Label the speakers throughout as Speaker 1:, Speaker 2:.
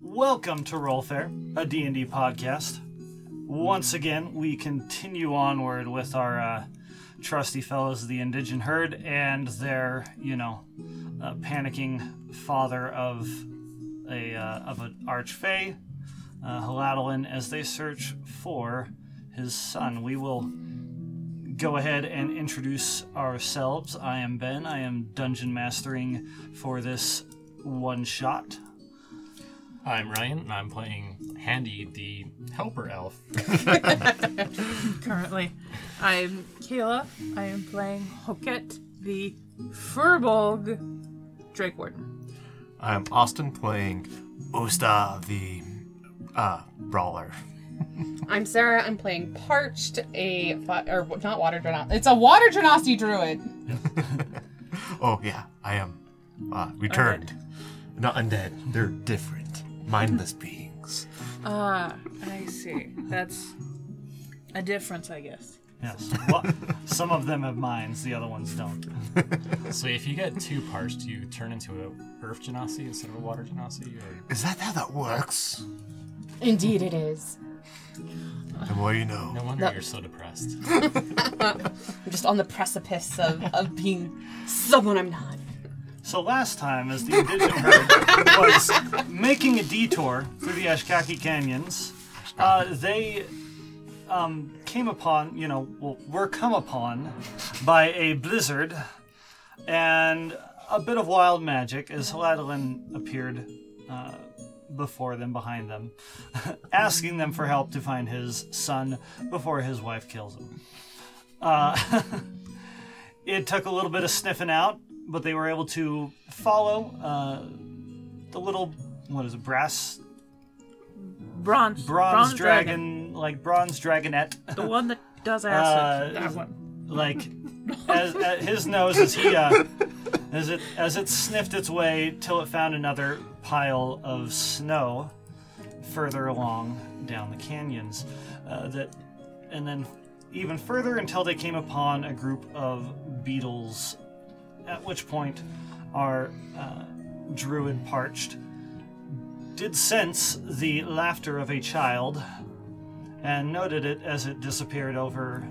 Speaker 1: Welcome to Rollfair, a D&D podcast. Once again, we continue onward with our uh, trusty fellows, the Indigent Herd, and their, you know, uh, panicking father of a uh, of an archfey, uh, Haladolin, as they search for his son. We will go ahead and introduce ourselves. I am Ben. I am dungeon mastering for this one shot.
Speaker 2: I'm Ryan, and I'm playing Handy, the helper elf.
Speaker 3: currently. I'm Kayla. I am playing Hoket, the Furbolg Drake Warden.
Speaker 4: I'm Um, Austin playing Osta the uh, brawler.
Speaker 5: I'm Sarah. I'm playing Parched, a fi- or w- not water genos. It's a water genosity druid.
Speaker 4: Oh yeah, I am uh, returned. Not undead. They're different. Mindless beings.
Speaker 3: Ah, I see. That's a difference, I guess.
Speaker 1: Yes. Well, some of them have minds, the other ones don't.
Speaker 2: so if you get too parched, you turn into a earth genasi instead of a water genasi. Or...
Speaker 4: Is that how that works?
Speaker 5: Indeed, it is.
Speaker 4: The more you know.
Speaker 2: No wonder you're so depressed.
Speaker 5: I'm just on the precipice of, of being someone I'm not.
Speaker 1: So last time, as the Indigent Herd was making a detour through the Ashkaki Canyons, uh, they um, came upon, you know, well, were come upon by a blizzard and a bit of wild magic as Haladolin appeared uh, before them, behind them, asking them for help to find his son before his wife kills him. Uh, it took a little bit of sniffing out, but they were able to follow uh, the little what is it brass
Speaker 3: Bronze.
Speaker 1: bronze, dragon, like bronze dragonette
Speaker 3: The one that does
Speaker 1: Uh,
Speaker 3: acid. that one.
Speaker 1: like as, at his nose as he uh, as it as it sniffed its way till it found another pile of snow further along down the canyons uh, that and then even further until they came upon a group of beetles at which point our uh, druid parched did sense the laughter of a child and noted it as it disappeared over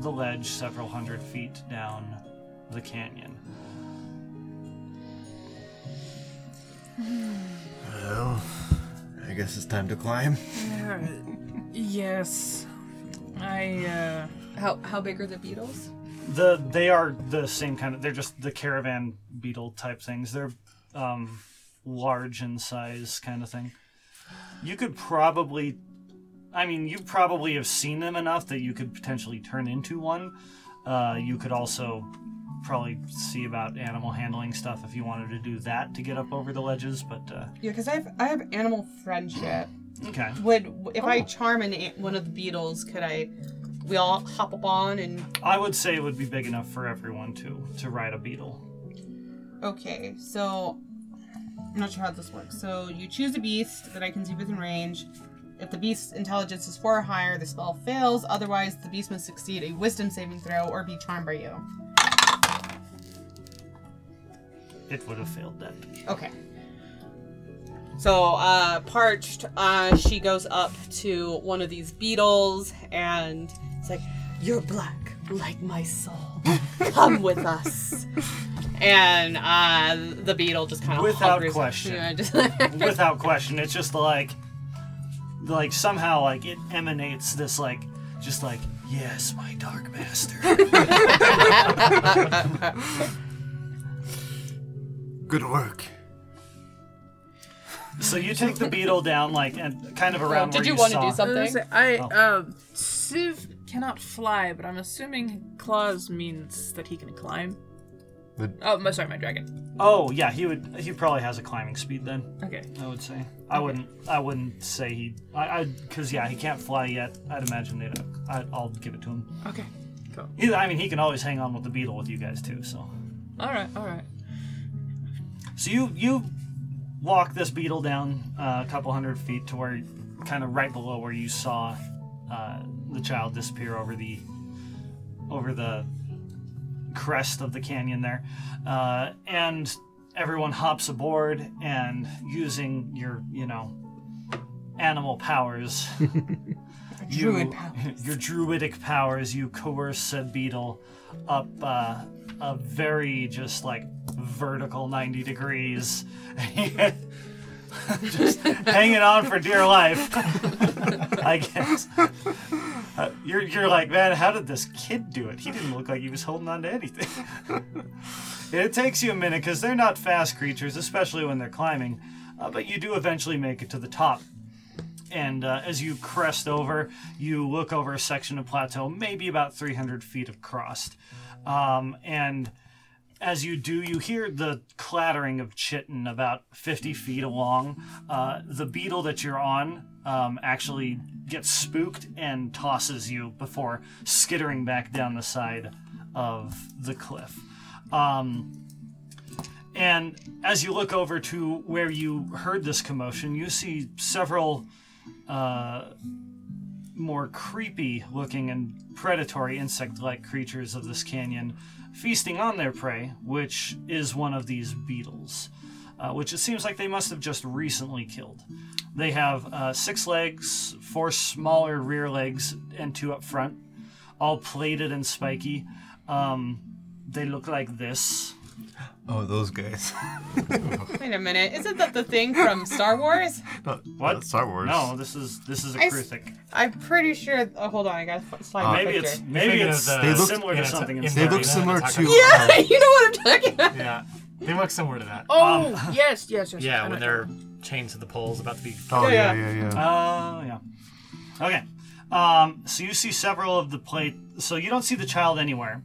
Speaker 1: the ledge several hundred feet down the canyon.
Speaker 4: Well, I guess it's time to climb.
Speaker 3: yes. I, uh.
Speaker 5: How how big are the beetles?
Speaker 1: The they are the same kind of they're just the caravan beetle type things. They're um, large in size kind of thing. You could probably I mean you probably have seen them enough that you could potentially turn into one. Uh, you could also probably see about animal handling stuff if you wanted to do that to get up over the ledges, but uh,
Speaker 5: Yeah, because I have I have animal friendship.
Speaker 1: okay.
Speaker 5: Would if I charm an, a- one of the beetles, could I? We all hop up on and
Speaker 1: I would say it would be big enough for everyone to to ride a beetle.
Speaker 5: Okay, so I'm not sure how this works. So you choose a beast that I can see within range. If the beast's intelligence is four or higher, the spell fails. Otherwise, the beast must succeed a wisdom saving throw or be charmed by you.
Speaker 1: It would have failed that.
Speaker 5: Okay. So, uh, Parched, uh, she goes up to one of these beetles and it's like, You're black, like my soul. Come with us. And uh, the beetle just kind of
Speaker 1: Without question.
Speaker 5: Yeah, just
Speaker 1: Without question, it's just like, like somehow like it emanates this like, just like yes, my dark master.
Speaker 4: Good work.
Speaker 1: so you take the beetle down like and kind of around.
Speaker 5: did
Speaker 1: where
Speaker 5: you
Speaker 1: you
Speaker 5: wanna
Speaker 1: saw-
Speaker 5: do something?
Speaker 3: I was gonna say, I
Speaker 1: Oh.
Speaker 3: um, Siv cannot fly, but I'm assuming claws means that he can climb.
Speaker 4: The-
Speaker 3: Oh, my, sorry, my dragon.
Speaker 1: Oh yeah, he would. He probably has a climbing speed then.
Speaker 3: Okay.
Speaker 1: I would say. I wouldn't. I wouldn't say he. I. I Because yeah, he can't fly yet. I'd imagine they. don't- I, I'll give it to him.
Speaker 3: Okay. Cool.
Speaker 1: He, I mean, he can always hang on with the beetle with you guys too. So.
Speaker 3: All right. All right.
Speaker 1: So you you walk this beetle down uh, a couple hundred feet to where, kind of right below where you saw uh, the child disappear over the over the crest of the canyon there, uh, and everyone hops aboard and using your, you know, animal powers,
Speaker 5: Druid
Speaker 1: you-
Speaker 5: powers.
Speaker 1: your druidic powers, you coerce a beetle up uh, a very just like vertical 90 degrees. just hanging on for dear life, I guess. Uh, you're, you're like, man, how did this kid do it? He didn't look like he was holding on to anything. It takes you a minute because they're not fast creatures, especially when they're climbing, uh, but you do eventually make it to the top. And uh, as you crest over, you look over a section of plateau, maybe about 300 feet of crust. Um, and as you do, you hear the clattering of chitin about 50 feet along. Uh, the beetle that you're on um, actually gets spooked and tosses you before skittering back down the side of the cliff. Um, and as you look over to where you heard this commotion, you see several uh, more creepy looking and predatory insect like creatures of this canyon feasting on their prey, which is one of these beetles, uh, which it seems like they must have just recently killed. They have uh, six legs, four smaller rear legs, and two up front, all plated and spiky. Um, they look like this.
Speaker 4: Oh, those guys.
Speaker 5: Wait a minute. Isn't that the thing from Star Wars?
Speaker 4: Not-
Speaker 1: What?
Speaker 4: not Star Wars.
Speaker 1: No, this is this is a
Speaker 5: I s-
Speaker 1: Kruthic.
Speaker 5: I'm pretty sure. Oh, hold on. I got to slide my
Speaker 1: Maybe
Speaker 5: picture.
Speaker 1: it's maybe
Speaker 2: Thinking of
Speaker 1: it's uh,
Speaker 2: the-
Speaker 4: They look-
Speaker 1: similar
Speaker 2: yeah,
Speaker 1: to
Speaker 2: it's a-
Speaker 1: something. in
Speaker 2: in
Speaker 1: Star
Speaker 4: They
Speaker 2: the
Speaker 4: look
Speaker 1: Wars.
Speaker 4: similar
Speaker 2: Attack
Speaker 4: to.
Speaker 2: on
Speaker 5: Yeah,
Speaker 4: um,
Speaker 5: you know what I'm talking about.
Speaker 2: Yeah, they look similar to that.
Speaker 3: Oh yes, yes, yes.
Speaker 2: Yeah,
Speaker 3: I
Speaker 2: when
Speaker 3: know.
Speaker 2: they're chained to the poles, about to be.
Speaker 4: oh
Speaker 5: Yeah,
Speaker 4: yeah, yeah, yeah.
Speaker 1: Oh yeah. Okay. Um, so you see several of the plate. So you don't see the child anywhere,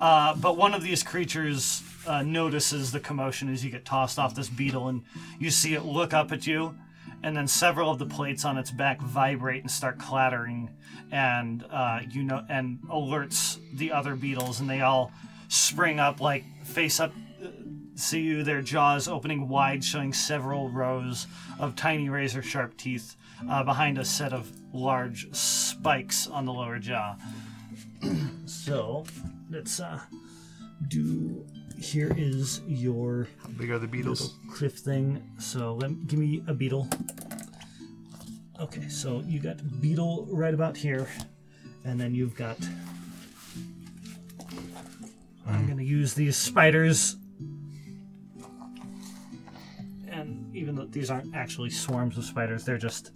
Speaker 1: uh, but one of these creatures uh, notices the commotion as you get tossed off this beetle, and you see it look up at you, and then several of the plates on its back vibrate and start clattering, and uh, you know, and alerts the other beetles, and they all spring up like face up see you, their jaws opening wide, showing several rows of tiny razor sharp teeth uh, behind a set of large spikes on the lower jaw. so, let's uh, do. Here is your
Speaker 4: How big are the Beatles?
Speaker 1: cliff thing. So, let, give me a beetle. Okay, so you got beetle right about here, and then you've got. I'm gonna use these spiders and even though these aren't actually swarms of spiders, they're just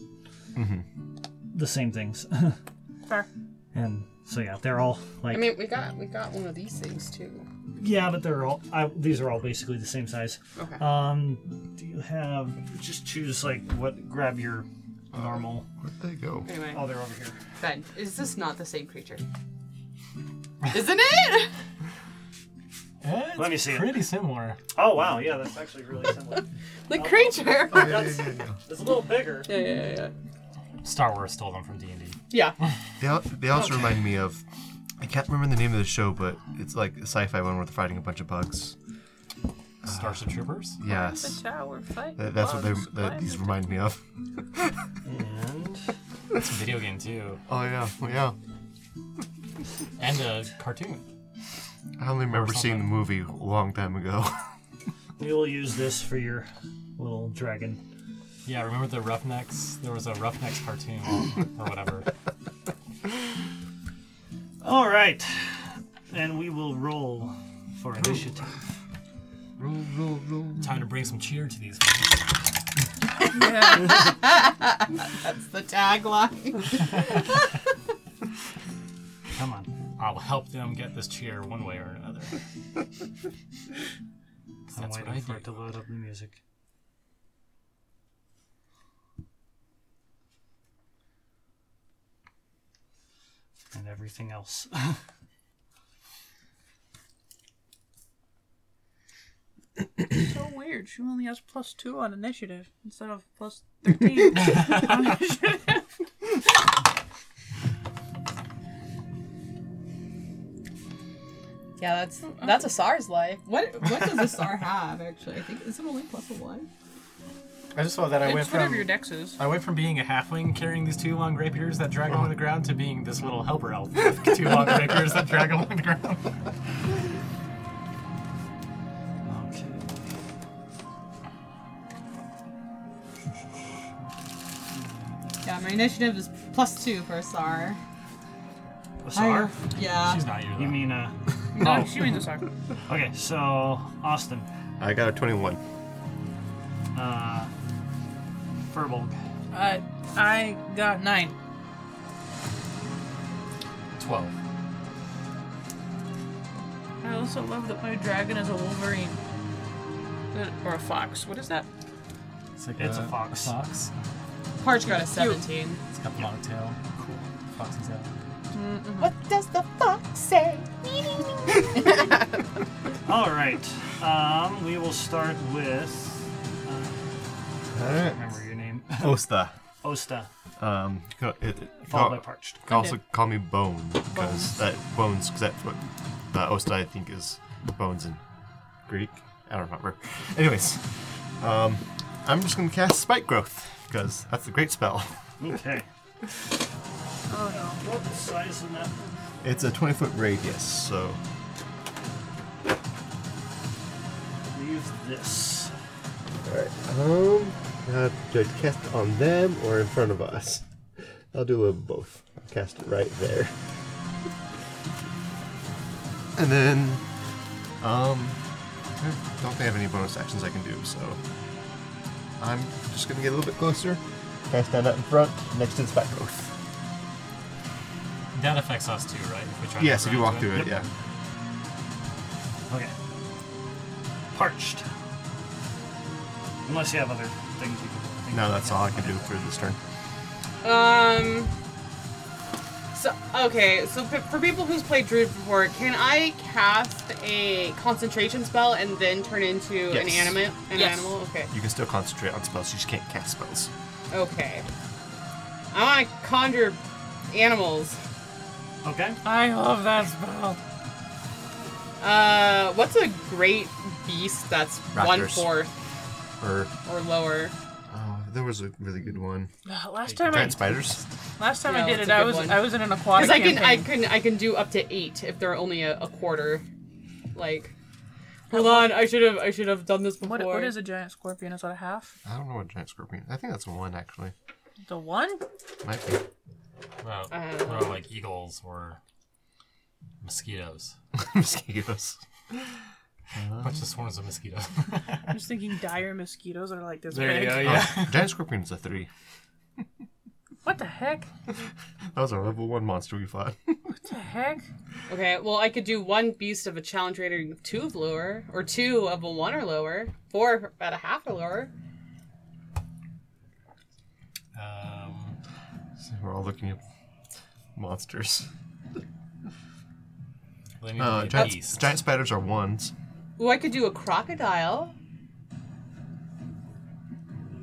Speaker 1: the same things.
Speaker 3: Fair.
Speaker 1: and so yeah, they're all like
Speaker 5: I mean, we got we got one of these things too.
Speaker 1: yeah, but they're all I, these are all basically the same size.
Speaker 5: Okay.
Speaker 1: Um, do you have just choose like what? Grab your normal.
Speaker 4: Where'd they go?
Speaker 5: Anyway,
Speaker 1: Oh, they're over here.
Speaker 5: Ben, is this not the same creature? Isn't it?
Speaker 2: Eh,
Speaker 1: Let
Speaker 2: it's
Speaker 1: me see it.
Speaker 2: Pretty similar.
Speaker 1: Oh wow, yeah, that's actually really similar.
Speaker 5: The creature.
Speaker 4: Yeah, yeah, yeah, yeah.
Speaker 1: it's a little bigger.
Speaker 5: Yeah, yeah, yeah.
Speaker 2: Star Wars stole them from D and D.
Speaker 5: Yeah.
Speaker 4: They, al- they also remind me of. I can't remember the name of the show, but it's like a sci-fi one where they're fighting a bunch of bugs.
Speaker 2: Starship Troopers.
Speaker 4: Yes,
Speaker 3: Tower fight.
Speaker 4: That- that's what they,
Speaker 3: bugs,
Speaker 4: that
Speaker 3: fire.
Speaker 4: these remind me of.
Speaker 1: And
Speaker 2: It's a video game too,
Speaker 4: Oh yeah, yeah.
Speaker 2: and a cartoon.
Speaker 4: I only remember seeing the movie a long time ago.
Speaker 1: you'll use this for your little dragon.
Speaker 2: Yeah, remember the Roughnecks? There was a Roughnecks cartoon or whatever.
Speaker 1: All right, and we will roll for initiative.
Speaker 2: Time to bring some cheer to these. Ones.
Speaker 3: Yeah.
Speaker 5: It's the tagline.
Speaker 1: Come on.
Speaker 2: I'll help them get this cheer one way or another. 'Cause That's
Speaker 1: I'm
Speaker 2: what I
Speaker 1: waiting for it to
Speaker 2: do.
Speaker 1: load up the music. And everything else.
Speaker 3: so weird. She only has plus two on initiative instead of plus thirteen on initiative.
Speaker 5: Yeah, that's that's a SAR's life. What what does a SAR have actually? I think is it only plus a one?
Speaker 2: I just saw that I went
Speaker 3: It's whatever your
Speaker 2: from
Speaker 3: dex is.
Speaker 2: I went from being a halfling carrying these two long rapiers that drag along the ground to being this little helper elf with two long rapiers that drag along the ground.
Speaker 1: okay.
Speaker 5: Yeah, my initiative is plus two for Sar.
Speaker 1: Asar?
Speaker 5: Yeah.
Speaker 2: She's not here. Though.
Speaker 1: You mean, uh.
Speaker 2: Oh.
Speaker 3: No, she means sorry.
Speaker 1: Okay, so, Austin.
Speaker 4: I got a 21.
Speaker 1: Uh. Furbolg.
Speaker 3: Uh, I got nine.
Speaker 2: twelve?
Speaker 3: I also love that my dragon is a wolverine. That- Or a fox. What is that?
Speaker 2: It's, like
Speaker 1: It's a fox.
Speaker 2: A fox.
Speaker 5: Parch got a 17.
Speaker 2: It's got the long tail. Cool. Foxy tail.
Speaker 5: What does the fox say?
Speaker 1: All right. Um, we will start with. uh,
Speaker 4: Alright.
Speaker 1: Remember your name.
Speaker 4: Osta.
Speaker 1: Osta.
Speaker 4: Um, you ca- it, it,
Speaker 1: Followed by
Speaker 4: ca-
Speaker 1: Parched.
Speaker 4: can also call me Bone, because that Bones, because that's what uh, Osta, I think, is Bones in Greek. I don't remember. Anyways, um, I'm just going to cast Spike Growth, because that's a great spell.
Speaker 1: Okay.
Speaker 3: Oh
Speaker 1: What size is that?
Speaker 4: It's a 20 foot radius, so
Speaker 1: Leave this.
Speaker 4: Alright, um, now do I cast it on them or in front of us? I'll do a both. I'll cast it right there. And then, um, I don't think I have any bonus actions I can do, so I'm just gonna get a little bit closer. Cast down out in front, next to the spike growth.
Speaker 2: That affects us too, right? If we try to
Speaker 4: Yes, if you
Speaker 2: run
Speaker 4: walk
Speaker 2: into
Speaker 4: through it, yeah.
Speaker 1: Okay. Parched. Unless you have other things you can think
Speaker 4: No,
Speaker 1: of.
Speaker 4: that's all I can do for this turn.
Speaker 5: Um. So okay, so p- for people who's played druid before, can I cast a concentration spell and then turn into an
Speaker 4: Yes.
Speaker 5: animate, an
Speaker 3: Yes.
Speaker 5: animal? Okay.
Speaker 4: You can still concentrate on spells, you just can't cast spells.
Speaker 5: Okay. I want to conjure animals.
Speaker 1: Okay.
Speaker 3: no. I love that spell.
Speaker 5: Uh, what's a great beast that's one
Speaker 4: Raptors.
Speaker 5: fourth
Speaker 4: Or,
Speaker 5: or lower?
Speaker 4: oh, there was a really good one.
Speaker 3: Uh, Last time I
Speaker 4: Giant spiders?
Speaker 3: last time
Speaker 5: Yeah,
Speaker 3: I did
Speaker 5: that's
Speaker 3: it,
Speaker 5: a
Speaker 3: I
Speaker 5: good
Speaker 3: was
Speaker 5: one.
Speaker 3: I was in an
Speaker 5: Because
Speaker 3: aquatic
Speaker 5: I can I
Speaker 3: campaign.
Speaker 5: can I can do up to eight if they're only a, a quarter. Like, hold on, I should have I should have done this before.
Speaker 3: What, what is a giant scorpion? Is that a half?
Speaker 4: I don't know what giant scorpion. I think that's a one actually.
Speaker 3: The one?
Speaker 4: Might be.
Speaker 2: Well,
Speaker 3: Uh-huh.
Speaker 5: Uh.
Speaker 2: we're like eagles or mosquitoes.
Speaker 4: Mosquitoes.
Speaker 2: A bunch of swarms of mosquitoes. Um,
Speaker 3: I'm just thinking dire mosquitoes are like this big.
Speaker 4: Oh, giant scorpion's a three.
Speaker 3: What the heck?
Speaker 4: That was our level one monster we fought.
Speaker 3: What the heck?
Speaker 5: Okay, well, I could do one beast of a challenge rating two of lower, or two of a one or lower, four at a half or lower.
Speaker 2: Um,
Speaker 4: So we're all looking at monsters.
Speaker 2: they need
Speaker 4: Uh,
Speaker 2: to be
Speaker 4: giant,
Speaker 2: beast.
Speaker 4: giant spiders are ones.
Speaker 5: Ooh, I could do a crocodile.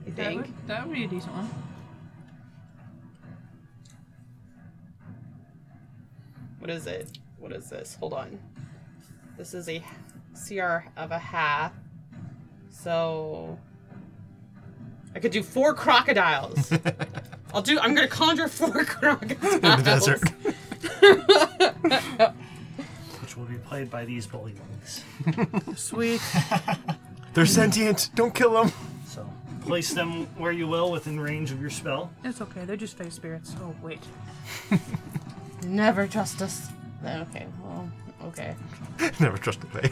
Speaker 5: I
Speaker 3: That
Speaker 5: think.
Speaker 3: would, that would be a decent one.
Speaker 5: What is it? What is this? Hold on. This is a CR of a half. So. I could do four crocodiles. I'll do. I'm gonna conjure four crocodiles.
Speaker 4: In the desert.
Speaker 1: Which will be played by these bullywugs.
Speaker 3: Sweet.
Speaker 4: They're sentient. Don't kill them.
Speaker 1: So place them where you will within range of your spell.
Speaker 3: it's okay. They're just face spirits. Oh wait.
Speaker 5: Never trust us. Okay. Well. Okay.
Speaker 4: Never trust a play.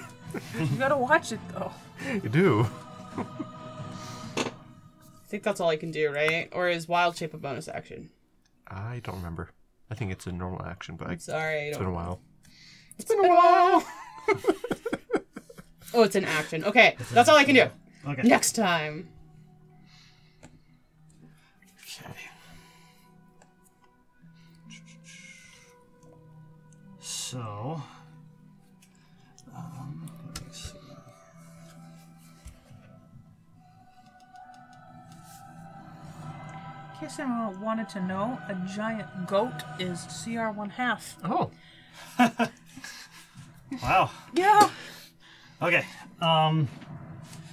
Speaker 3: You gotta watch it though.
Speaker 4: You do.
Speaker 5: I think that's all I can do, right? Or is wild shape a bonus action?
Speaker 4: I don't remember. I think it's a normal action, but I, it's
Speaker 5: Sorry, I
Speaker 4: been a
Speaker 5: don't.
Speaker 4: while.
Speaker 5: It's been a while. oh, it's an action. Okay, that's all I can do.
Speaker 1: Okay.
Speaker 5: Next time.
Speaker 1: Okay. So. Um, let's see.
Speaker 3: In case anyone wanted to know, a giant goat is CR one half.
Speaker 4: Oh,
Speaker 1: Wow.
Speaker 3: Yeah.
Speaker 1: Okay. Um.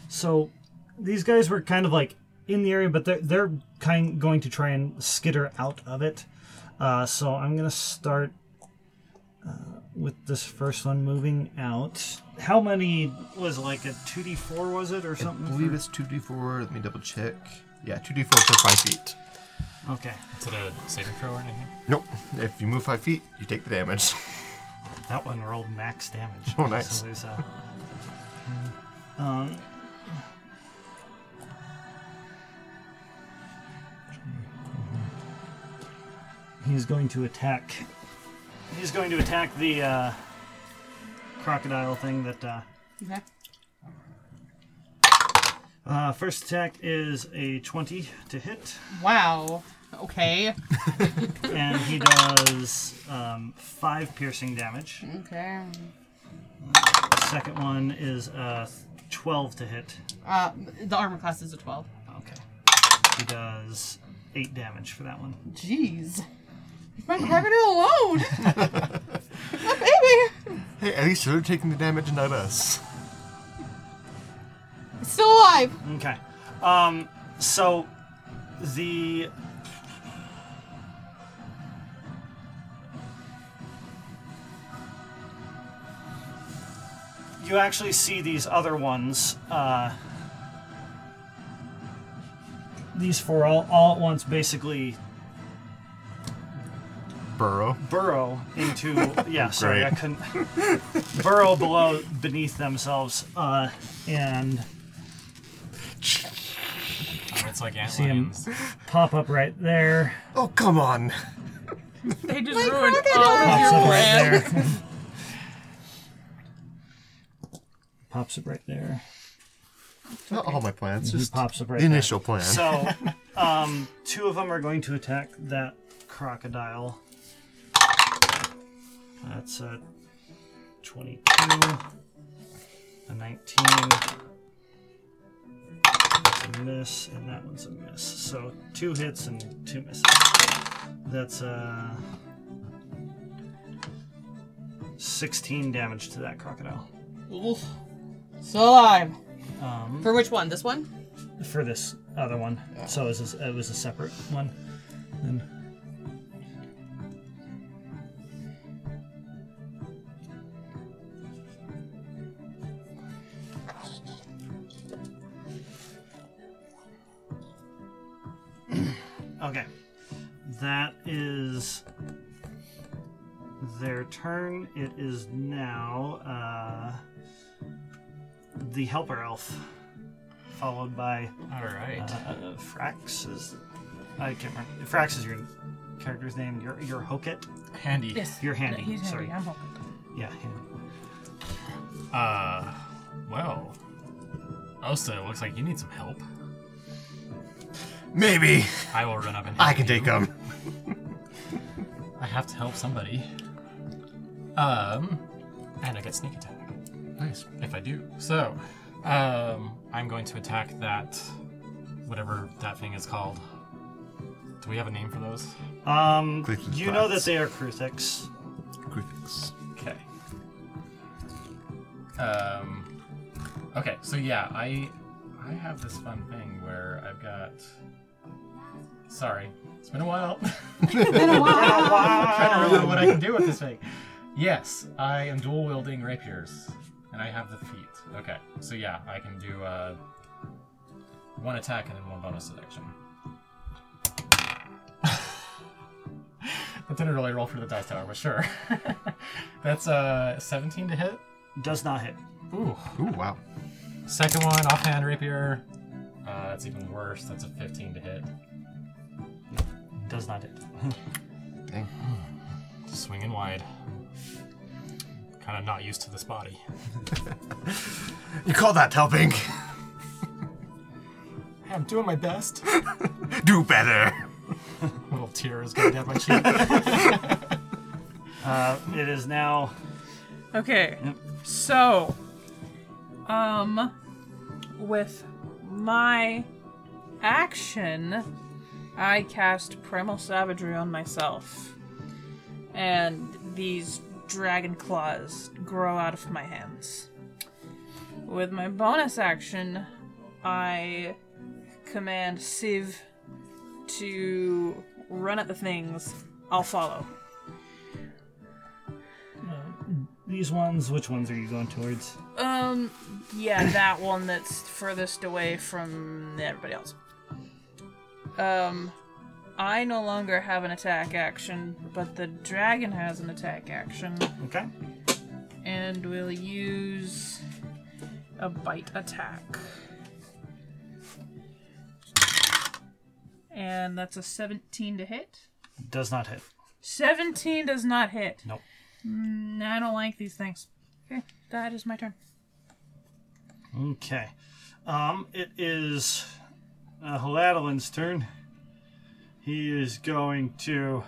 Speaker 1: So these guys were kind of like in the area, but they're they're kind going to try and skitter out of it. Uh, so I'm gonna start uh, with this first one moving out. How many was it, like a two d four was it or
Speaker 4: I
Speaker 1: something?
Speaker 4: believe it's two d four. Let me double check. Yeah, two d four for five feet.
Speaker 1: Okay.
Speaker 2: Is it a saving throw or anything?
Speaker 4: Nope. If you move five feet, you take the damage.
Speaker 1: That one rolled max damage.
Speaker 4: Oh, nice.
Speaker 1: So there's uh, a, um, he's going to attack. He's going to attack the uh, crocodile thing that. Uh,
Speaker 3: Okay.
Speaker 1: uh, first attack is a 20 to hit,
Speaker 3: Wow. Okay.
Speaker 1: and he does um, 5 piercing damage.
Speaker 5: Mm-hmm.
Speaker 3: Okay.
Speaker 1: Second one is a 12 to hit.
Speaker 5: Uh, the armor class is a 12.
Speaker 1: Okay. He does eight damage for that one.
Speaker 3: Jeez. My crocodile alone. My baby.
Speaker 4: Hey, at least they're taking the damage, not us.
Speaker 3: It's still alive.
Speaker 1: Okay. Um, so the you actually see these other ones. Uh, these four all, all at once basically
Speaker 4: Burrow.
Speaker 1: burrow into yeah sorry
Speaker 4: Great.
Speaker 1: i couldn't burrow below beneath themselves uh, and
Speaker 2: Or it's like ant
Speaker 1: See him.
Speaker 2: lions.
Speaker 1: pop up right there
Speaker 4: Oh, come on.
Speaker 3: They just ruined all
Speaker 5: Oh,
Speaker 3: of
Speaker 1: Pops
Speaker 3: your
Speaker 1: up
Speaker 3: bread.
Speaker 1: right there. pops up right there.
Speaker 4: Not all my plans,
Speaker 1: He
Speaker 4: just
Speaker 1: pops up right
Speaker 4: the initial plan.
Speaker 1: there. So, um, two of them are going to attack that crocodile. That's a 22, a 19. That's a miss, and that one's a miss. So, two hits and two misses. That's uh 16 damage to that crocodile.
Speaker 5: Oof. Still alive.
Speaker 1: Um,
Speaker 5: For which one? This one?
Speaker 1: for this other one. So it was, a, it was a separate one. And okay, that is their turn. It is now uh, the helper elf, followed by
Speaker 2: All right.
Speaker 1: uh, Frax is. I can't remember. Frax is your character's name. Your your Hoket.
Speaker 2: Handy.
Speaker 1: You're handy.
Speaker 3: He's
Speaker 1: Sorry.
Speaker 3: handy. I'm hoping.
Speaker 1: Yeah. Handy.
Speaker 2: Uh, well, Osta, it looks like you need some help.
Speaker 4: Maybe
Speaker 2: I will run up and.
Speaker 4: I
Speaker 2: help
Speaker 4: can
Speaker 2: you.
Speaker 4: take them.
Speaker 2: I have to help somebody. Um, and I get sneak attack
Speaker 4: Nice.
Speaker 2: if I do. So, um, I'm going to attack that, whatever that thing is called. Do we have a name for those?
Speaker 1: Um,
Speaker 4: Clifton's
Speaker 1: you know that
Speaker 4: class.
Speaker 1: they are Kruthix.
Speaker 4: Griffiths.
Speaker 2: Okay. Um. Okay, so yeah, I I have this fun thing where I've got. Sorry, it's been a while. trying to remember what I can do with this thing. Yes, I am dual wielding rapiers, and I have the feet. Okay, so yeah, I can do uh, one attack and then one bonus action. I didn't really roll for the dice tower, but sure. That's uh, 17 to hit.
Speaker 1: Does not hit.
Speaker 2: Ooh.
Speaker 4: Ooh, wow.
Speaker 2: Second one, offhand rapier. Uh, that's even worse. That's a 15 to hit.
Speaker 1: Does not hit.
Speaker 4: Dang.
Speaker 2: Swinging wide. Kind of not used to this body.
Speaker 4: You call that helping?
Speaker 2: I'm doing my best.
Speaker 4: Do better.
Speaker 2: Little tear is going down my cheek.
Speaker 1: Uh, it is now.
Speaker 3: Okay. So, um, with my action, I cast Primal Savagery on myself. And these dragon claws grow out of my hands. With my bonus action, I command Siv to run at the things. I'll follow.
Speaker 1: These ones. Which ones are you going towards?
Speaker 3: Um, yeah, that one that's furthest away from everybody else. Um, I no longer have an attack action, but the dragon has an attack action,
Speaker 1: Okay.
Speaker 3: and will use a bite attack. And that's a 17 to hit.
Speaker 1: Does not hit.
Speaker 3: 17 does not hit.
Speaker 1: Nope.
Speaker 3: Mm, I don't like these things. Okay, that is my turn.
Speaker 1: Okay. Um, it is uh, Haladalin's turn. He is going to.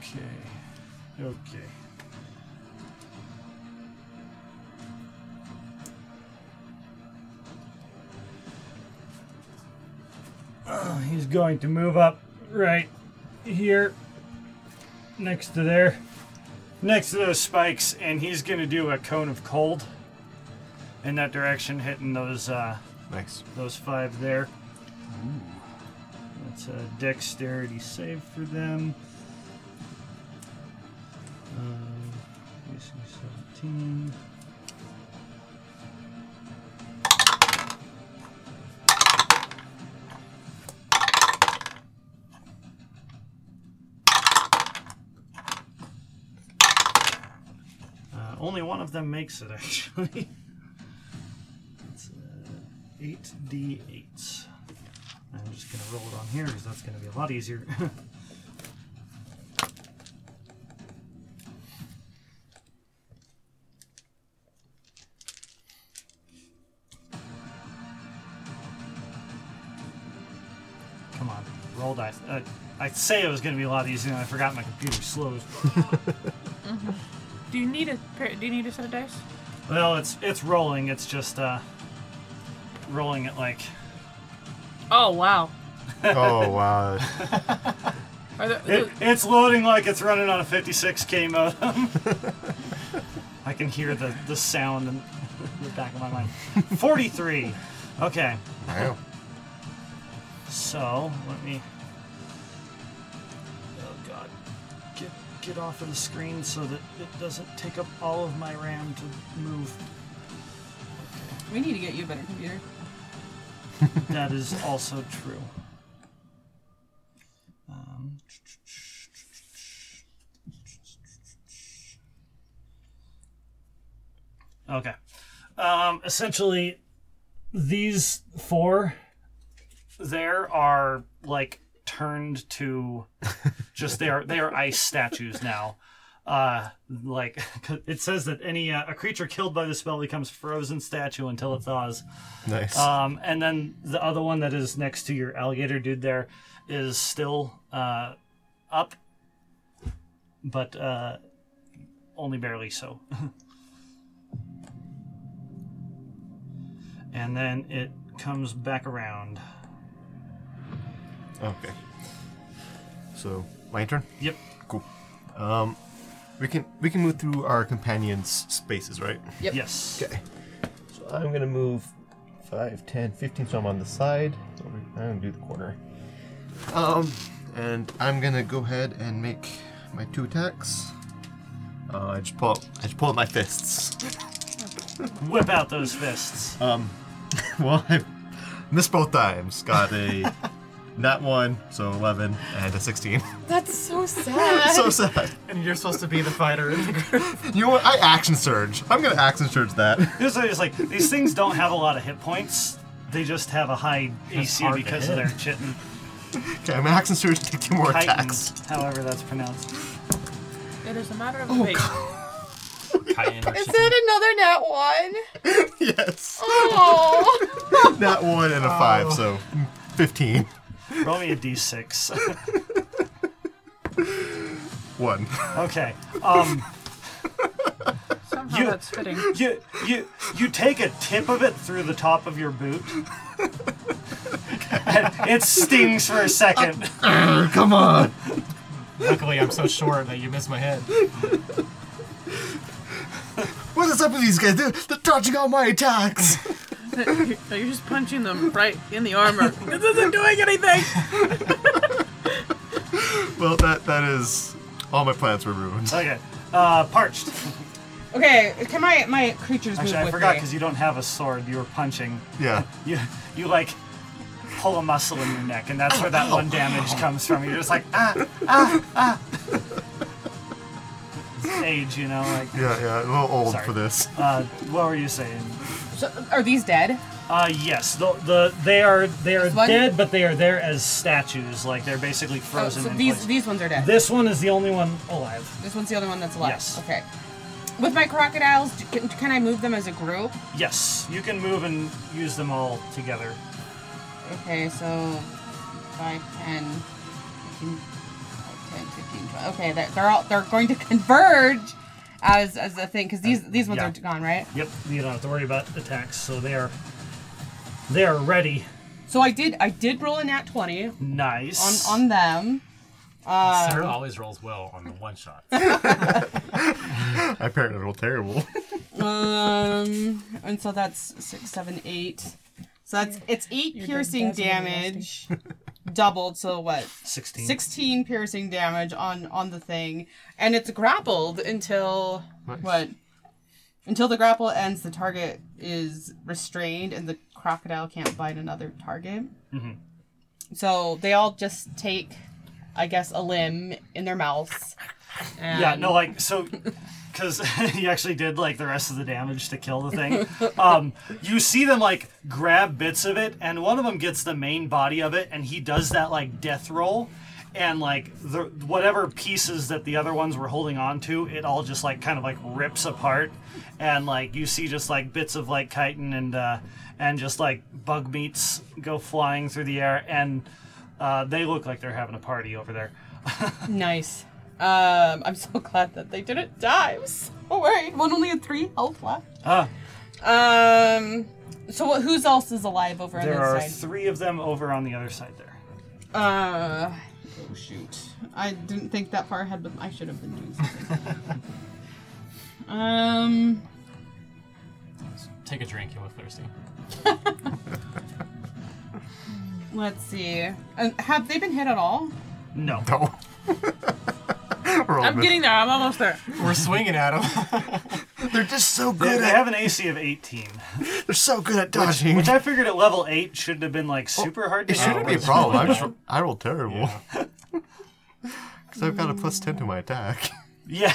Speaker 1: Okay. Okay. Uh, he's going to move up right here next to there next to those spikes and he's gonna do a cone of cold in that direction hitting those uh
Speaker 4: Nice.
Speaker 1: those five there that's a dexterity save for them um, AC 17 Uh, only one of them makes it, actually. it's uh, 8d8. I'm just going to roll it on here because that's going to be a lot easier. Come on, roll dice. Uh, I say it was going to be a lot easier, and I forgot my computer slows.
Speaker 3: Do you need a pair, do you need a set of dice?
Speaker 1: Well, it's it's rolling. It's just uh, rolling it like
Speaker 3: Oh wow.
Speaker 4: Oh wow.
Speaker 3: Are there,
Speaker 1: it, it's loading like it's running on a 56k modem. I can hear the the sound in the back of my mind. 43. Okay,
Speaker 4: wow.
Speaker 1: so let me. Oh God, get get off of the screen so that it doesn't take up all of my RAM to move.
Speaker 5: We need to get you a better computer.
Speaker 1: That is also true. Um, okay. Um, essentially, these four there are like turned to just they are they are ice statues now. Uh, like it says that any uh, a creature killed by the spell becomes frozen statue until it thaws.
Speaker 4: Nice.
Speaker 1: Um, and then the other one that is next to your alligator dude there is still uh, up, but uh, only barely so. and then it comes back around.
Speaker 4: okay. So my turn.
Speaker 1: Yep.
Speaker 4: Cool. Um, we can we can move through our companions' spaces, right?
Speaker 5: Yep.
Speaker 1: Yes.
Speaker 4: Okay. So I'm gonna move 5, 10, 15, so I'm on the side. Over- I'm gonna do the corner. Um, and I'm gonna go ahead and make my two attacks. Uh, I just pull out, I just pull out my fists.
Speaker 1: Whip out those fists.
Speaker 4: Uh, well, I missed both times. Got a not one, so 11, and a 16.
Speaker 5: That's so sad.
Speaker 4: so sad.
Speaker 2: And you're supposed to be the fighter in the group.
Speaker 4: You know what? I action surge. I'm gonna action surge that.
Speaker 1: This is like these things don't have a lot of hit points. They just have a high AC
Speaker 2: hard to
Speaker 1: because of
Speaker 2: hit.
Speaker 1: their chitin
Speaker 4: Okay, I'm gonna action surge take two more attacks.
Speaker 1: titans, however that's pronounced.
Speaker 3: it is a matter of
Speaker 5: Oh,
Speaker 3: debate.
Speaker 2: Cayenne or
Speaker 6: Is
Speaker 2: something.
Speaker 6: that another nat one?
Speaker 4: yes.
Speaker 6: Oh,
Speaker 4: Not one and a five, so 15.
Speaker 1: Roll me a d6.
Speaker 4: One.
Speaker 1: Okay. Um,
Speaker 3: Somehow
Speaker 1: You-
Speaker 3: that's fitting.
Speaker 1: you you you take a tip of it through the top of your boot. And it stings for a second.
Speaker 4: Come on.
Speaker 2: Luckily, I'm so short that you missed my head.
Speaker 4: What is up with these guys? They're, they're dodging all my attacks.
Speaker 3: No, you're just punching them right in the armor. this isn't doing anything.
Speaker 4: well, that that is all my plans were ruined.
Speaker 1: Okay. Uh, parched.
Speaker 5: Okay, can my my creatures
Speaker 1: Actually,
Speaker 5: move
Speaker 1: I
Speaker 5: with
Speaker 1: forgot
Speaker 5: me?
Speaker 1: because you don't have a sword. You were punching.
Speaker 4: Yeah.
Speaker 1: You you like pull a muscle in your neck, and that's where that one damage comes from. You're just like ah ah ah. It's Age, you know, like
Speaker 4: Yeah, yeah. A little old
Speaker 1: Sorry.
Speaker 4: for this.
Speaker 1: uh, what were you saying?
Speaker 5: So, are these dead? Oh,
Speaker 1: Uh, yes, the the they are they are
Speaker 5: This one?
Speaker 1: dead, but they are there as statues. Like they're basically
Speaker 5: Oh,
Speaker 1: frozen.
Speaker 5: so
Speaker 1: in
Speaker 5: these
Speaker 1: place.
Speaker 5: these ones are dead.
Speaker 1: This one is the only one alive.
Speaker 5: This one's the other one that's alive.
Speaker 1: Yes.
Speaker 5: Okay. With my crocodiles, d- can, can I move them as a group?
Speaker 1: Yes, you can move and use them all together.
Speaker 5: Okay, so 5, 10, 15, 10, 15, 12. Okay, they're, they're all they're going to converge as as a thing because these these ones
Speaker 1: yeah.
Speaker 5: are gone, right?
Speaker 1: Yep, you don't have to worry about attacks. So they are they are ready.
Speaker 5: So I did I did roll a nat twenty on
Speaker 1: Nice.
Speaker 5: on them.
Speaker 2: Sarah always rolls well on the one shot.
Speaker 4: I apparently rolled terrible.
Speaker 5: Um, and so that's six, seven, eight. So that's it's 8
Speaker 3: doing
Speaker 5: piercing
Speaker 3: dazzling
Speaker 5: damage, doubled. So what?
Speaker 1: 16.
Speaker 5: 16 piercing damage on on the thing and it's grappled until
Speaker 4: Nice.
Speaker 5: what until the grapple ends the target is restrained and the crocodile can't bite another target
Speaker 1: Mm-hmm.
Speaker 5: so they all just take i guess a limb in their mouths and
Speaker 1: Yeah, no, like so, because he actually did like the rest of the damage to kill the thing. Um, you see them like grab bits of it, and one of them gets the main body of it, and he does that like death roll, and like the whatever pieces that the other ones were holding on to, it all just like kind of like rips apart, and like you see just like bits of like chitin and uh, and just like bug meats go flying through the air, and uh, they look like they're having a party over there.
Speaker 5: nice um i'm so glad that they didn't die I'm so worried one only had three health left
Speaker 1: Ah.
Speaker 5: um so what who's else is alive over on
Speaker 1: There
Speaker 5: this
Speaker 1: are
Speaker 5: side
Speaker 1: three of them over on the other side there.
Speaker 5: Uh, oh shoot! I didn't think that far ahead, but I should have been doing something. um,
Speaker 2: Take a drink, you look thirsty.
Speaker 5: let's see. Uh, have they been hit at all?
Speaker 1: No.
Speaker 4: No. We're, all
Speaker 3: I'm
Speaker 4: missing-
Speaker 3: getting there. I'm almost there.
Speaker 2: We're swinging at him.
Speaker 4: They're just so
Speaker 1: They,
Speaker 4: good
Speaker 1: they
Speaker 4: at.
Speaker 1: have an AC of 18,
Speaker 4: They're so good at dodging.
Speaker 1: which I figured at level 8 shouldn't have been like super hard to
Speaker 4: It
Speaker 1: hit.
Speaker 4: shouldn't be a problem. I just I rolled terrible. Because I've got a plus ten to my attack.
Speaker 1: Yeah.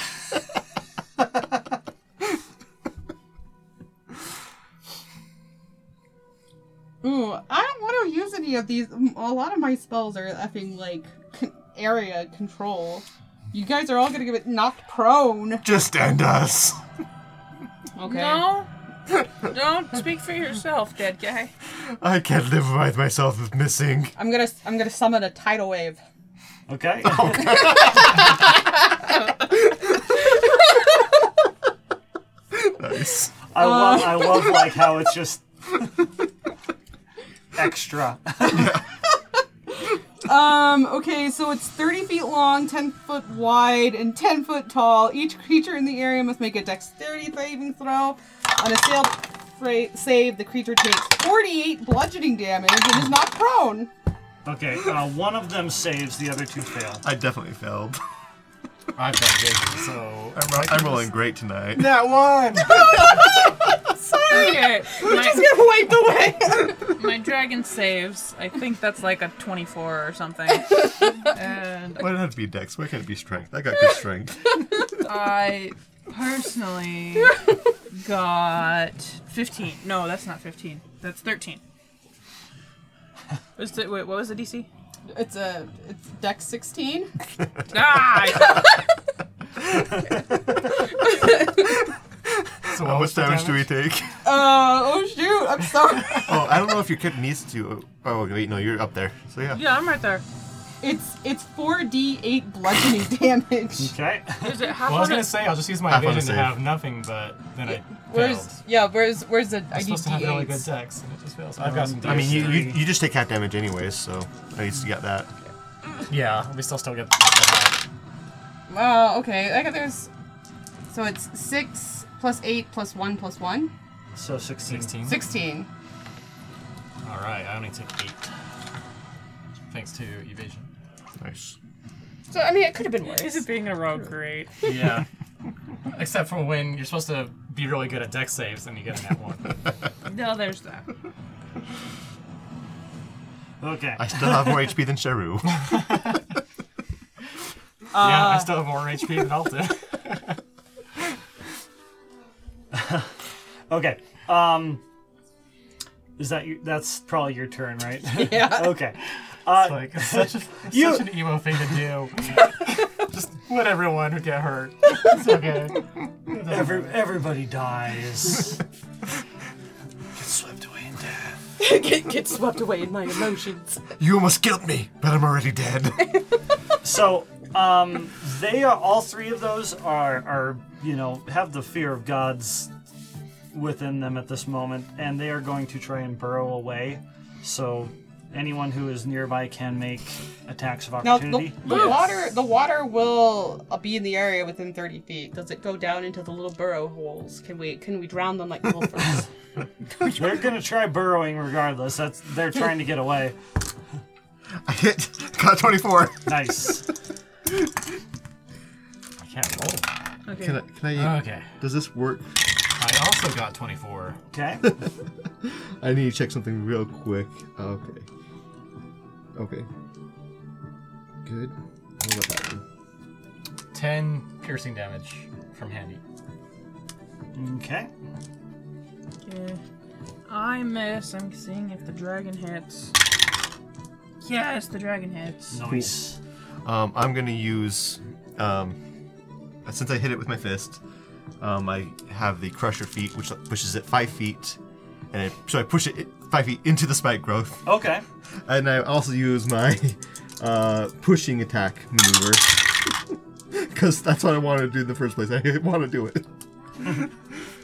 Speaker 5: Ooh, I don't want to use any of these. Mm, A lot of my spells are effing like con- area control. You guys are all gonna get knocked prone.
Speaker 4: Just end us.
Speaker 5: Okay.
Speaker 3: No. Don't speak for yourself, dead guy.
Speaker 4: I can't live with myself with missing.
Speaker 5: I'm gonna I'm gonna summon a tidal wave.
Speaker 1: Okay.
Speaker 4: Nice.
Speaker 1: I love I love like how it's just extra.
Speaker 5: Um, okay, so it's 30 feet long, 10 foot wide, and 10 foot tall. Each creature in the area must make a dexterity saving throw. On a failed fra- save, the creature takes 48 bludgeoning damage and is not prone.
Speaker 1: Okay, uh, one of them saves, the other two fail.
Speaker 4: I definitely failed.
Speaker 2: I've done big, so
Speaker 4: I'm, ro- I'm rolling great tonight.
Speaker 2: that one.
Speaker 3: Okay. My,
Speaker 5: Get wiped away!
Speaker 3: my dragon saves. I think that's like a 24 or something. And
Speaker 4: Why did it have to be Dex? Why can't it be Strength? I got good Strength.
Speaker 3: I personally got 15. No, that's not 15. That's 13. Was the, wait, what was the DC?
Speaker 5: it's a it's dex 16.
Speaker 3: Ah!
Speaker 2: So
Speaker 4: How much damage do we take?
Speaker 5: Uh, oh shoot, I'm sorry.
Speaker 4: Oh, I don't know if your kid needs to. Oh wait, no, you're up there. So yeah.
Speaker 3: yeah, I'm right there.
Speaker 5: it's it's 4d8 bludgeoning damage.
Speaker 1: Okay.
Speaker 3: Is it half
Speaker 2: Well, I was
Speaker 3: on
Speaker 2: gonna
Speaker 3: it?
Speaker 2: say I'll just use my
Speaker 4: Half on a
Speaker 2: vision to
Speaker 4: save.
Speaker 2: have nothing, but then I failed.
Speaker 5: Where's, yeah, where's, where's the, I
Speaker 2: I'm
Speaker 5: need
Speaker 2: supposed to have really good
Speaker 5: d8s.
Speaker 2: decks, and it just fails. I've got some.
Speaker 4: I mean,
Speaker 2: dice.
Speaker 4: you, you you just take half damage anyways, so at least you got that.
Speaker 2: yeah, we still still get.
Speaker 5: Wow, okay. I got there's. So it's 6 plus 8 plus 1 plus 1.
Speaker 2: Mm-hmm.
Speaker 1: So 16.
Speaker 2: Sixteen.
Speaker 5: 16.
Speaker 2: All right, I only took eight. Thanks to evasion.
Speaker 4: Nice.
Speaker 5: So, I mean, it could have been worse.
Speaker 3: Is it being a rogue great?
Speaker 2: Yeah. Except for when you're supposed to be really good at deck saves and you get a nat one.
Speaker 3: No, there's that.
Speaker 1: Okay.
Speaker 4: I still have more HP than Sharu.
Speaker 2: yeah, I still have more HP than Alton.
Speaker 1: Okay. Um, is that you? That's probably your turn, right?
Speaker 5: Yeah.
Speaker 1: okay. Uh,
Speaker 2: like it's such, a, it's
Speaker 1: You-
Speaker 2: such an emo thing to do. Just let everyone get hurt. It's okay.
Speaker 1: every, everybody dies.
Speaker 4: Swept away in death.
Speaker 5: get, get swept away in my emotions.
Speaker 4: You almost killed me, but I'm already dead.
Speaker 1: so um, they are all three of those are are you know have the fear of gods within them at this moment, and they are going to try and burrow away. So anyone who is nearby can make attacks of
Speaker 5: Now the,
Speaker 1: opportunity.
Speaker 5: the water the water will uh, be in the area within thirty feet. Does it go down into the little burrow holes? Can we can we drown them like gophers?
Speaker 1: They're gonna try burrowing regardless. That's they're trying to get away.
Speaker 4: I hit. Got a 24.
Speaker 1: Nice.
Speaker 2: I can't
Speaker 3: Okay.
Speaker 4: Can I? Can
Speaker 2: roll.
Speaker 4: I
Speaker 2: Okay.
Speaker 4: Does this work?
Speaker 2: I also got 24.
Speaker 1: Okay.
Speaker 4: I need to check something real quick. Okay. Okay. Good. What about that one?
Speaker 2: 10 piercing damage from Handy.
Speaker 1: Okay.
Speaker 3: Okay. I miss. I'm seeing if the dragon hits. Yes, the dragon hits.
Speaker 1: Nice.
Speaker 4: Um, I'm gonna use, um, since I hit it with my fist, um, I have the crusher feet, which pushes it five feet, and I, so I push it five feet into the spike growth,
Speaker 1: Okay.
Speaker 4: and I also use my uh, pushing attack maneuver because that's what I wanted to do in the first place. I want to do it.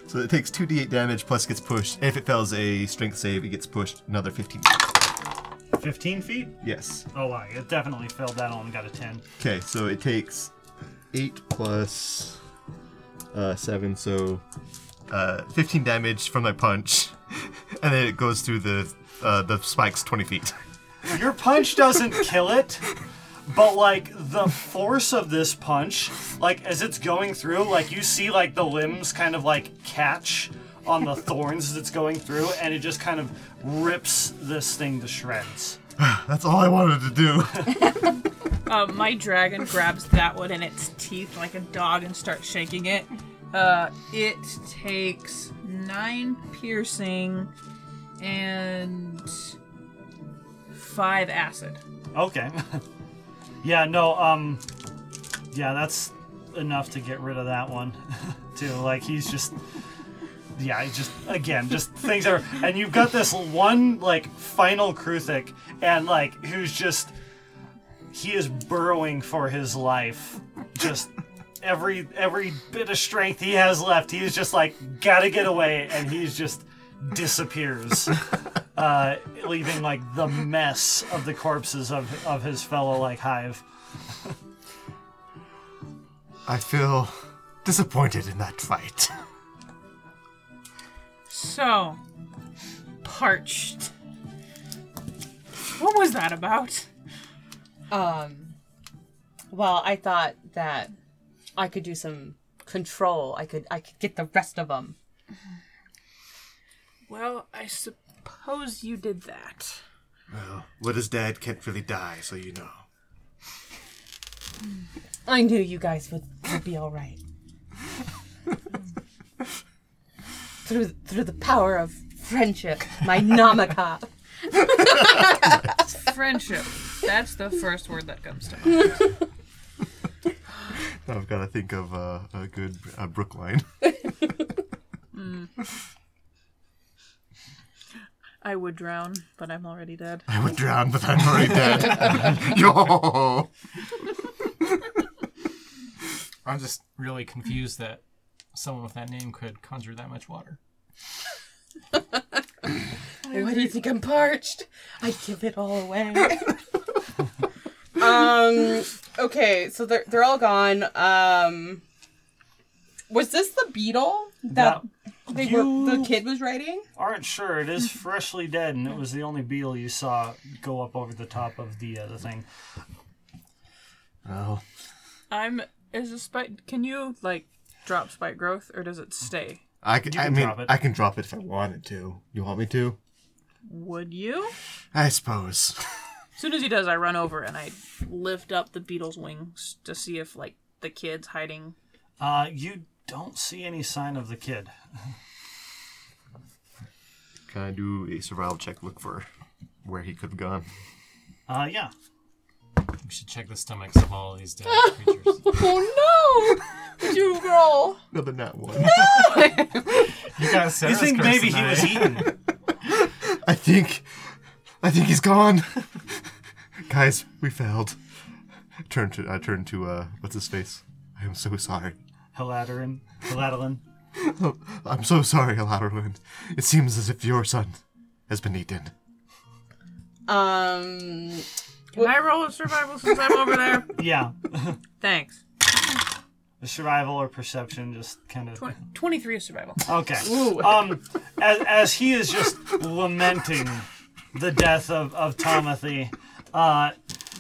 Speaker 4: so it takes two d8 damage plus gets pushed. If it fails a strength save, it gets pushed another 15.
Speaker 1: 15 feet?
Speaker 4: Yes.
Speaker 1: Oh, wow. It definitely failed that one. Got a 10.
Speaker 4: Okay, so it takes eight plus uh, seven, so uh, fifteen damage from my punch, and then it goes through the uh, the spikes twenty feet.
Speaker 1: Your punch doesn't kill it, but, like, the force of this punch, like, as it's going through, like, you see, like, the limbs kind of, like, catch on the thorns as it's going through, and it just kind of rips this thing to shreds.
Speaker 4: That's all I wanted to do.
Speaker 3: Uh, my dragon grabs that one in its teeth like a dog and starts shaking it. Uh, it takes nine piercing and five acid.
Speaker 1: Okay. yeah, no, um, yeah, that's enough to get rid of that one, too. Like, he's just, yeah, he just, again, just things are, and you've got this one, like, final Kruthic, and, like, who's just, he is burrowing for his life. Just every, every bit of strength he has left, he's just like, gotta get away, and he's just disappears uh, leaving like the mess of the corpses of, of his fellow like hive.
Speaker 4: I feel disappointed in that fight.
Speaker 3: So, parched. What was that about?
Speaker 5: um, well, I thought that I could do some control. I could I could get the rest of them.
Speaker 3: Well, I suppose you did that.
Speaker 4: What is dead can't really die, so you know.
Speaker 5: I knew you guys would, would be all right. through through the power of friendship, my namaka.
Speaker 3: Friendship. That's the first word that comes to mind.
Speaker 4: I've got to think of uh, a good uh, Brookline.
Speaker 3: I would drown, but I'm already dead.
Speaker 4: I would drown, but I'm already dead. Yo.
Speaker 2: I'm just really confused that someone with that name could conjure that much water.
Speaker 5: Why do you think I'm parched? I give it all away. um. Okay, so they're they're all gone. Um. Was this the beetle that they were, the
Speaker 1: You-
Speaker 5: kid was riding?
Speaker 1: Aren't sure. It is freshly dead, and it was the only beetle you saw go up over the top of the uh, the thing.
Speaker 4: Well,
Speaker 3: I'm is a spike. Can you like drop spike growth, or does it stay?
Speaker 4: I can, I
Speaker 1: can
Speaker 4: mean,
Speaker 1: drop it.
Speaker 4: I can drop it if I wanted to. You want me to?
Speaker 3: Would you?
Speaker 4: I suppose.
Speaker 3: As soon as he does, I run over and I lift up the beetle's wings to see if like the kid's hiding.
Speaker 1: Uh, you don't see any sign of the kid.
Speaker 4: Can I do a survival check? Look for where he could have gone.
Speaker 1: Uh, yeah.
Speaker 2: We should check the stomachs of all these dead creatures.
Speaker 6: Oh no! You roll.
Speaker 4: Another not one.
Speaker 2: You got Sarah's
Speaker 1: You think
Speaker 2: curse
Speaker 1: maybe he
Speaker 2: tonight.
Speaker 1: was eaten?
Speaker 4: I think, I think he's gone. Guys, we failed. Turn to I turn to uh, what's his face? I am so sorry.
Speaker 1: Heladerin. Heladelin.
Speaker 4: I'm so sorry, Alarwin. It seems as if your son has been eaten.
Speaker 5: Um,
Speaker 3: Can I roll a survival since I'm over there?
Speaker 1: Yeah.
Speaker 3: Thanks.
Speaker 1: Survival or perception, just kind of.
Speaker 3: Twen- Twenty-three is survival.
Speaker 1: Okay. Um, as, as he is just lamenting the death of, of Tomothy, uh,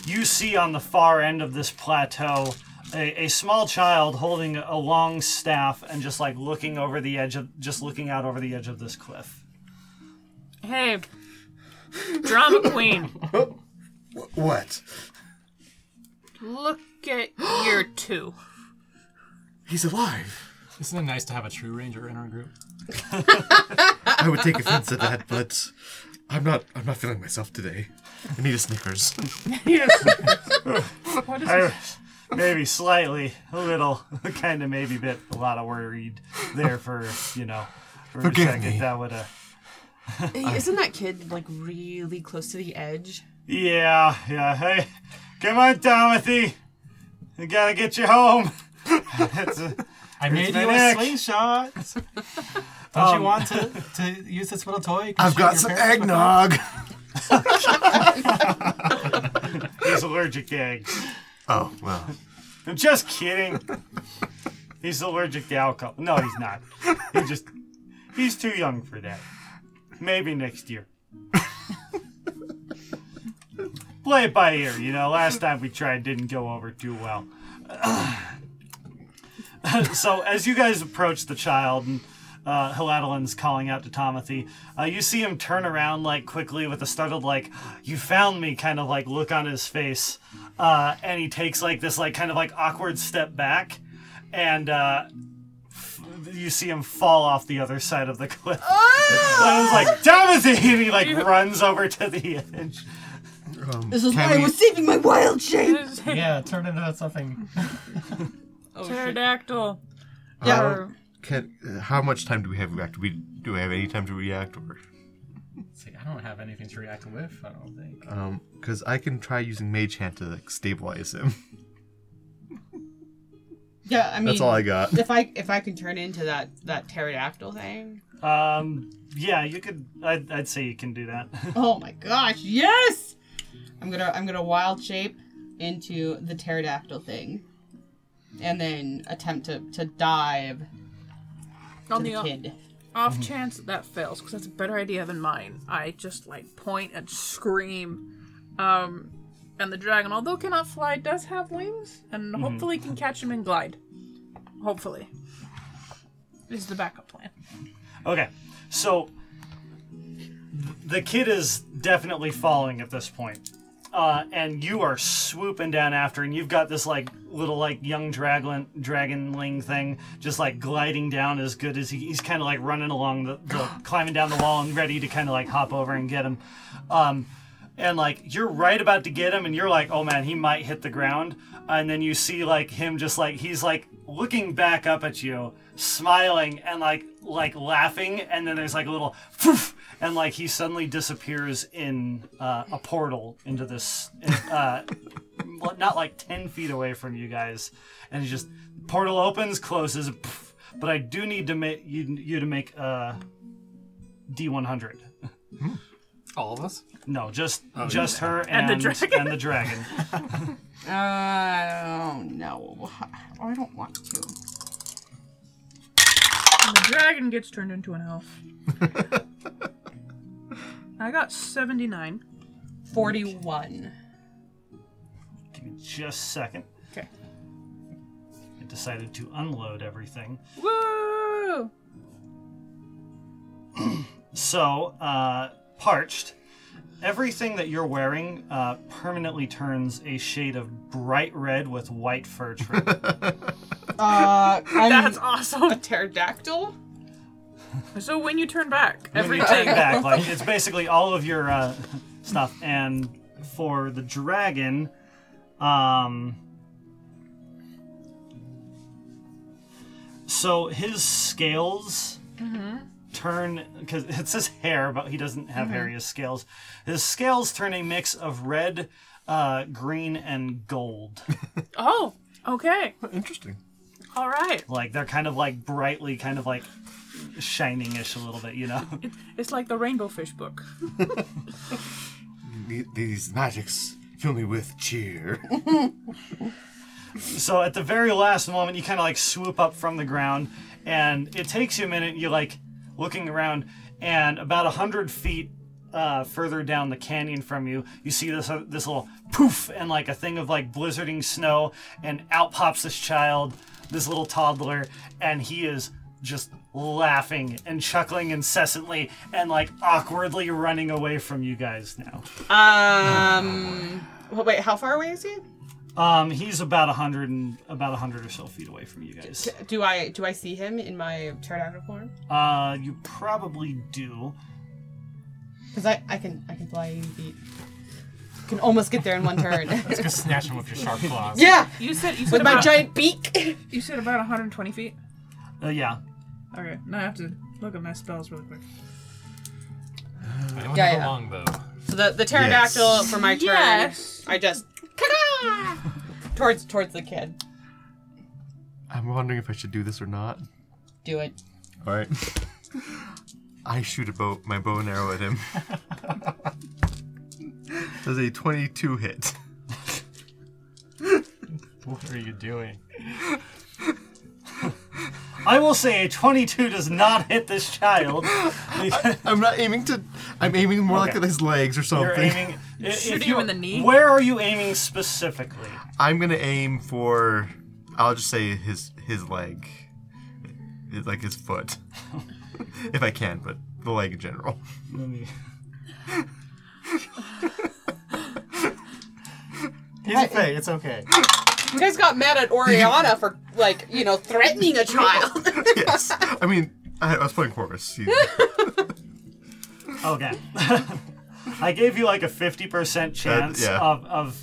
Speaker 1: you see on the far end of this plateau a, a small child holding a long staff and just like looking over the edge of, just looking out over the edge of this cliff.
Speaker 3: Hey, drama queen,
Speaker 4: What?
Speaker 3: look at your two.
Speaker 4: He's alive.
Speaker 2: Isn't it nice to have a true ranger in our group?
Speaker 4: I would take offense at that, but I'm not. I'm not feeling myself today. I need a Snickers.
Speaker 1: I- maybe slightly, a little, kind of maybe bit, a lot of worried there for, you know, for
Speaker 4: Forgive
Speaker 1: a second.
Speaker 4: me.
Speaker 1: That would have.
Speaker 5: isn't that kid like really close to the edge?
Speaker 1: Yeah, yeah. Hey, come on, Tomothy. We gotta get you home. It's a-
Speaker 2: I made
Speaker 1: my
Speaker 2: you a
Speaker 1: neck.
Speaker 2: slingshot. Don't you want to, to use this little toy?
Speaker 4: I've got some eggnog.
Speaker 1: he's allergic to eggs.
Speaker 4: Oh well.
Speaker 1: I'm just kidding. He's allergic to alcohol. No, he's not. He just he's too young for that. Maybe next year. Play it by ear, you know. Last time we tried didn't go over too well. so as you guys approach the child and uh, Hiladelin's calling out to Tomothy, uh, you see him turn around like quickly with a startled like "You found me" kind of like look on his face, uh, and he takes like this like kind of like awkward step back, and uh, f- you see him fall off the other side of the cliff. I was like Tomothy, and he like runs over to the edge.
Speaker 5: This is
Speaker 4: Can why I we- was
Speaker 5: saving my wild shape.
Speaker 2: Yeah, turn into something.
Speaker 3: Pterodactyl.
Speaker 4: Yeah.
Speaker 3: Or-
Speaker 4: Can, uh, how much time do we have react? Do we do we have any time to react, or
Speaker 2: It's like, I don't have anything to react with, I don't think.
Speaker 4: um? Because I can try using Mage Hand to like, stabilize him.
Speaker 5: Yeah, I mean,
Speaker 4: That's all I got.
Speaker 5: if I if I can turn into that that pterodactyl thing.
Speaker 1: Um, yeah, you could. I'd, I'd say you can do that.
Speaker 5: Oh my gosh, yes! I'm gonna I'm gonna wild shape into the pterodactyl thing, and then attempt to to dive to
Speaker 3: On
Speaker 5: the
Speaker 3: the off,
Speaker 5: kid.
Speaker 3: off chance that that fails, because that's a better idea than mine, I just like point and scream. Um, and the dragon, although cannot fly, does have wings, and hopefully can catch him and glide. Hopefully, is the backup plan.
Speaker 1: Okay, so the kid is definitely falling at this point, uh, and you are swooping down after, and you've got this like little like young dragon dragonling thing just like gliding down as good as he, he's kind of like running along the, the climbing down the wall and ready to kind of like hop over and get him. Um, and like you're right about to get him and you're like oh man he might hit the ground and then you see like him just like he's like looking back up at you smiling and like like laughing and then there's like a little poof, and like he suddenly disappears in uh, a portal into this uh, not like 10 feet away from you guys and he just portal opens closes poof. but i do need to make you, you to make uh, d100
Speaker 2: All of us?
Speaker 1: no, just just her
Speaker 3: And
Speaker 1: Oh, and,
Speaker 3: the
Speaker 1: and the
Speaker 3: dragon.
Speaker 1: dragon.
Speaker 5: Uh, I don't know. Oh, I don't want to.
Speaker 3: And the dragon gets turned into an elf. I got seventy-nine.
Speaker 5: Forty-one.
Speaker 1: Give me just a second.
Speaker 3: Okay.
Speaker 1: it decided to unload everything.
Speaker 3: Woo!
Speaker 1: So, uh, parched, everything that you're wearing uh, permanently turns a shade of bright red with white fur trim.
Speaker 5: Uh, I'm,
Speaker 3: That's awesome.
Speaker 5: a pterodactyl.
Speaker 3: So when you turn back,
Speaker 1: When you
Speaker 3: everything.
Speaker 1: take back, like it's basically all of your uh, stuff. And for the dragon, um, so his scales turn because it says hair, but he doesn't have hair. He has scales. His scales turn a mix of red, uh, green, and gold.
Speaker 3: Oh, okay.
Speaker 4: Interesting.
Speaker 3: All right.
Speaker 1: like they're kind of like brightly, kind of like shiningish a little bit, you know.
Speaker 3: It's like the Rainbow Fish book.
Speaker 4: These magics fill me with cheer.
Speaker 1: So at the very last moment, you kind of like swoop up from the ground, and it takes you a minute. You like looking around, and about a hundred feet uh, further down the canyon from you, you see this uh, this little poof and like a thing of like blizzarding snow, and out pops this child, this little toddler, and he is just laughing and chuckling incessantly and like awkwardly running away from you guys now.
Speaker 5: Um, well, wait, how far away is he?
Speaker 1: Um, he's about a hundred and about a hundred or so feet away from you guys.
Speaker 5: Do I do I see him in my pterodactyl form?
Speaker 1: Uh, you probably do.
Speaker 5: Because I, I can I can fly eighty feet. Can almost get there in one turn.
Speaker 2: Just snatch him with your sharp claws.
Speaker 5: yeah,
Speaker 3: You said you said
Speaker 5: with my
Speaker 3: about,
Speaker 5: giant beak.
Speaker 3: you said about 120 feet.
Speaker 1: Uh, yeah.
Speaker 3: Okay, now I have to look at my spells really quick.
Speaker 2: I don't
Speaker 5: Yeah,
Speaker 2: have a
Speaker 5: yeah.
Speaker 2: longbow.
Speaker 5: So the, the pterodactyl
Speaker 4: Yes.
Speaker 5: for my turn.
Speaker 3: Yes.
Speaker 5: I just ka towards towards the kid.
Speaker 4: I'm wondering if I should do this or not.
Speaker 5: Do it.
Speaker 4: All right. I shoot a bow, my bow and arrow at him. Does a 22 hit?
Speaker 2: What are you doing?
Speaker 1: I will say a 22 does not hit this child.
Speaker 4: I'm not aiming to. I'm aiming more like
Speaker 1: Okay.
Speaker 4: at his legs or something.
Speaker 1: You're aiming. i- if
Speaker 3: Shooting
Speaker 1: you-
Speaker 3: him in the knee?
Speaker 1: Where are you aiming specifically?
Speaker 4: I'm gonna aim for. I'll just say his his leg, It- like his foot, if I can, but the leg in general.
Speaker 1: Let me. He's a fake. It's okay.
Speaker 5: You guys got mad at Oriana for like you know threatening a child.
Speaker 4: yes. I mean, I, I was playing chorus. You-
Speaker 1: Okay. I gave you like a 50% chance
Speaker 4: yeah.
Speaker 1: of, of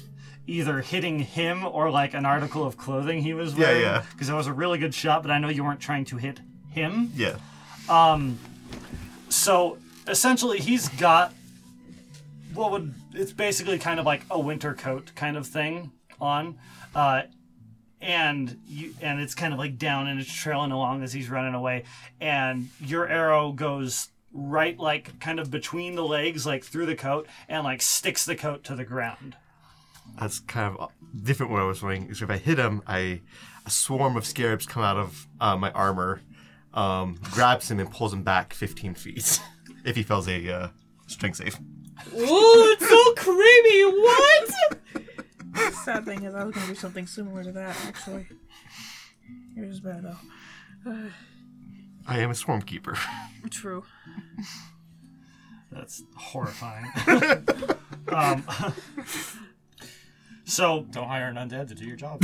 Speaker 1: either hitting him or like an article of clothing he was wearing.
Speaker 4: yeah.
Speaker 1: Because it was a really good shot, but I know you weren't trying to hit him.
Speaker 4: yeah.
Speaker 1: So essentially, he's got what would it's basically kind of like a winter coat kind of thing on, uh, and you and it's kind of like down and it's trailing along as he's running away, and your arrow goes right like kind of between the legs, like through the coat, and like sticks the coat to the ground.
Speaker 4: That's kind of different what I was doing. Because if I hit him, I a swarm of scarabs come out of uh, my armor, um, grabs him and pulls him back 15 feet. if he fails a uh, strength save.
Speaker 5: Ooh, it's so creamy. What?
Speaker 3: Sad thing is, I was gonna do something similar to that actually. It was better though.
Speaker 4: I am a swarm keeper.
Speaker 3: True.
Speaker 1: That's horrifying. um, so
Speaker 2: Don't hire an undead to do your job.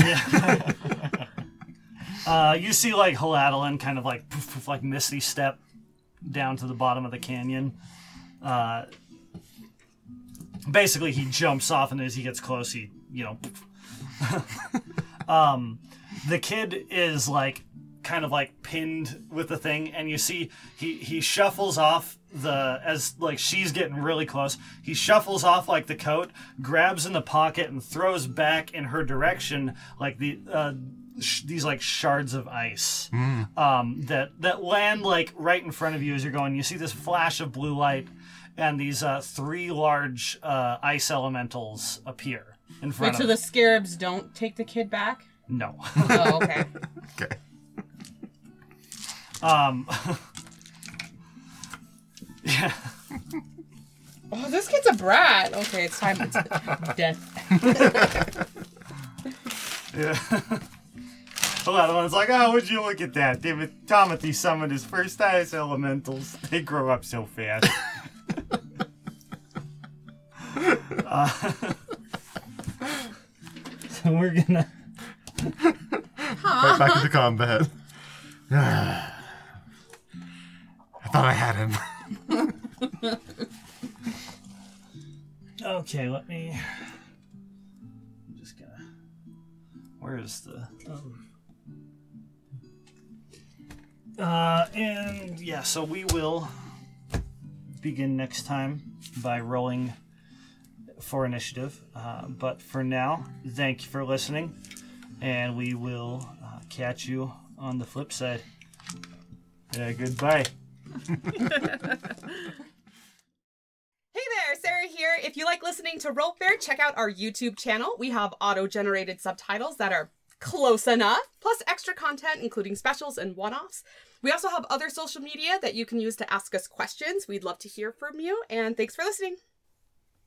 Speaker 1: Uh, you see like Haladalin kind of like poof, poof, like misty step down to the bottom of the canyon. Uh, basically, he jumps off, and as he gets close, he you know. poof. um, the kid is like kind of like pinned with the thing, and you see he he shuffles off the as like she's getting really close. He shuffles off like the coat, grabs in the pocket, and throws back in her direction like the. Uh, sh- these like shards of ice um, that that land like right in front of you as you're going. You see this flash of blue light, and these uh, three large uh, ice elementals appear in front
Speaker 5: Wait,
Speaker 1: of
Speaker 5: so the scarabs don't take the kid back?
Speaker 1: no.
Speaker 5: Oh, okay.
Speaker 4: Okay.
Speaker 1: um, yeah.
Speaker 5: Oh, this kid's a brat. Okay, it's time. It's death.
Speaker 1: Yeah. The other one's like, oh, would you look at that? David Tomothy summoned his first ice elementals. They grow up so fast. Uh, so we're gonna.
Speaker 4: Right back into combat. I thought I had him.
Speaker 1: Okay, let me. I'm just gonna. Where is the? Um... Uh, and yeah, so we will begin next time by rolling for initiative. Uh, but for now, thank you for listening, and we will uh, catch you on the flip side. Yeah, goodbye.
Speaker 5: Hey there, Sarah here. If you like listening to Roll Fair, check out our YouTube channel. We have auto generated subtitles that are close enough, plus extra content, including specials and one offs. We also have other social media that you can use to ask us questions. We'd love to hear from you, and thanks for listening.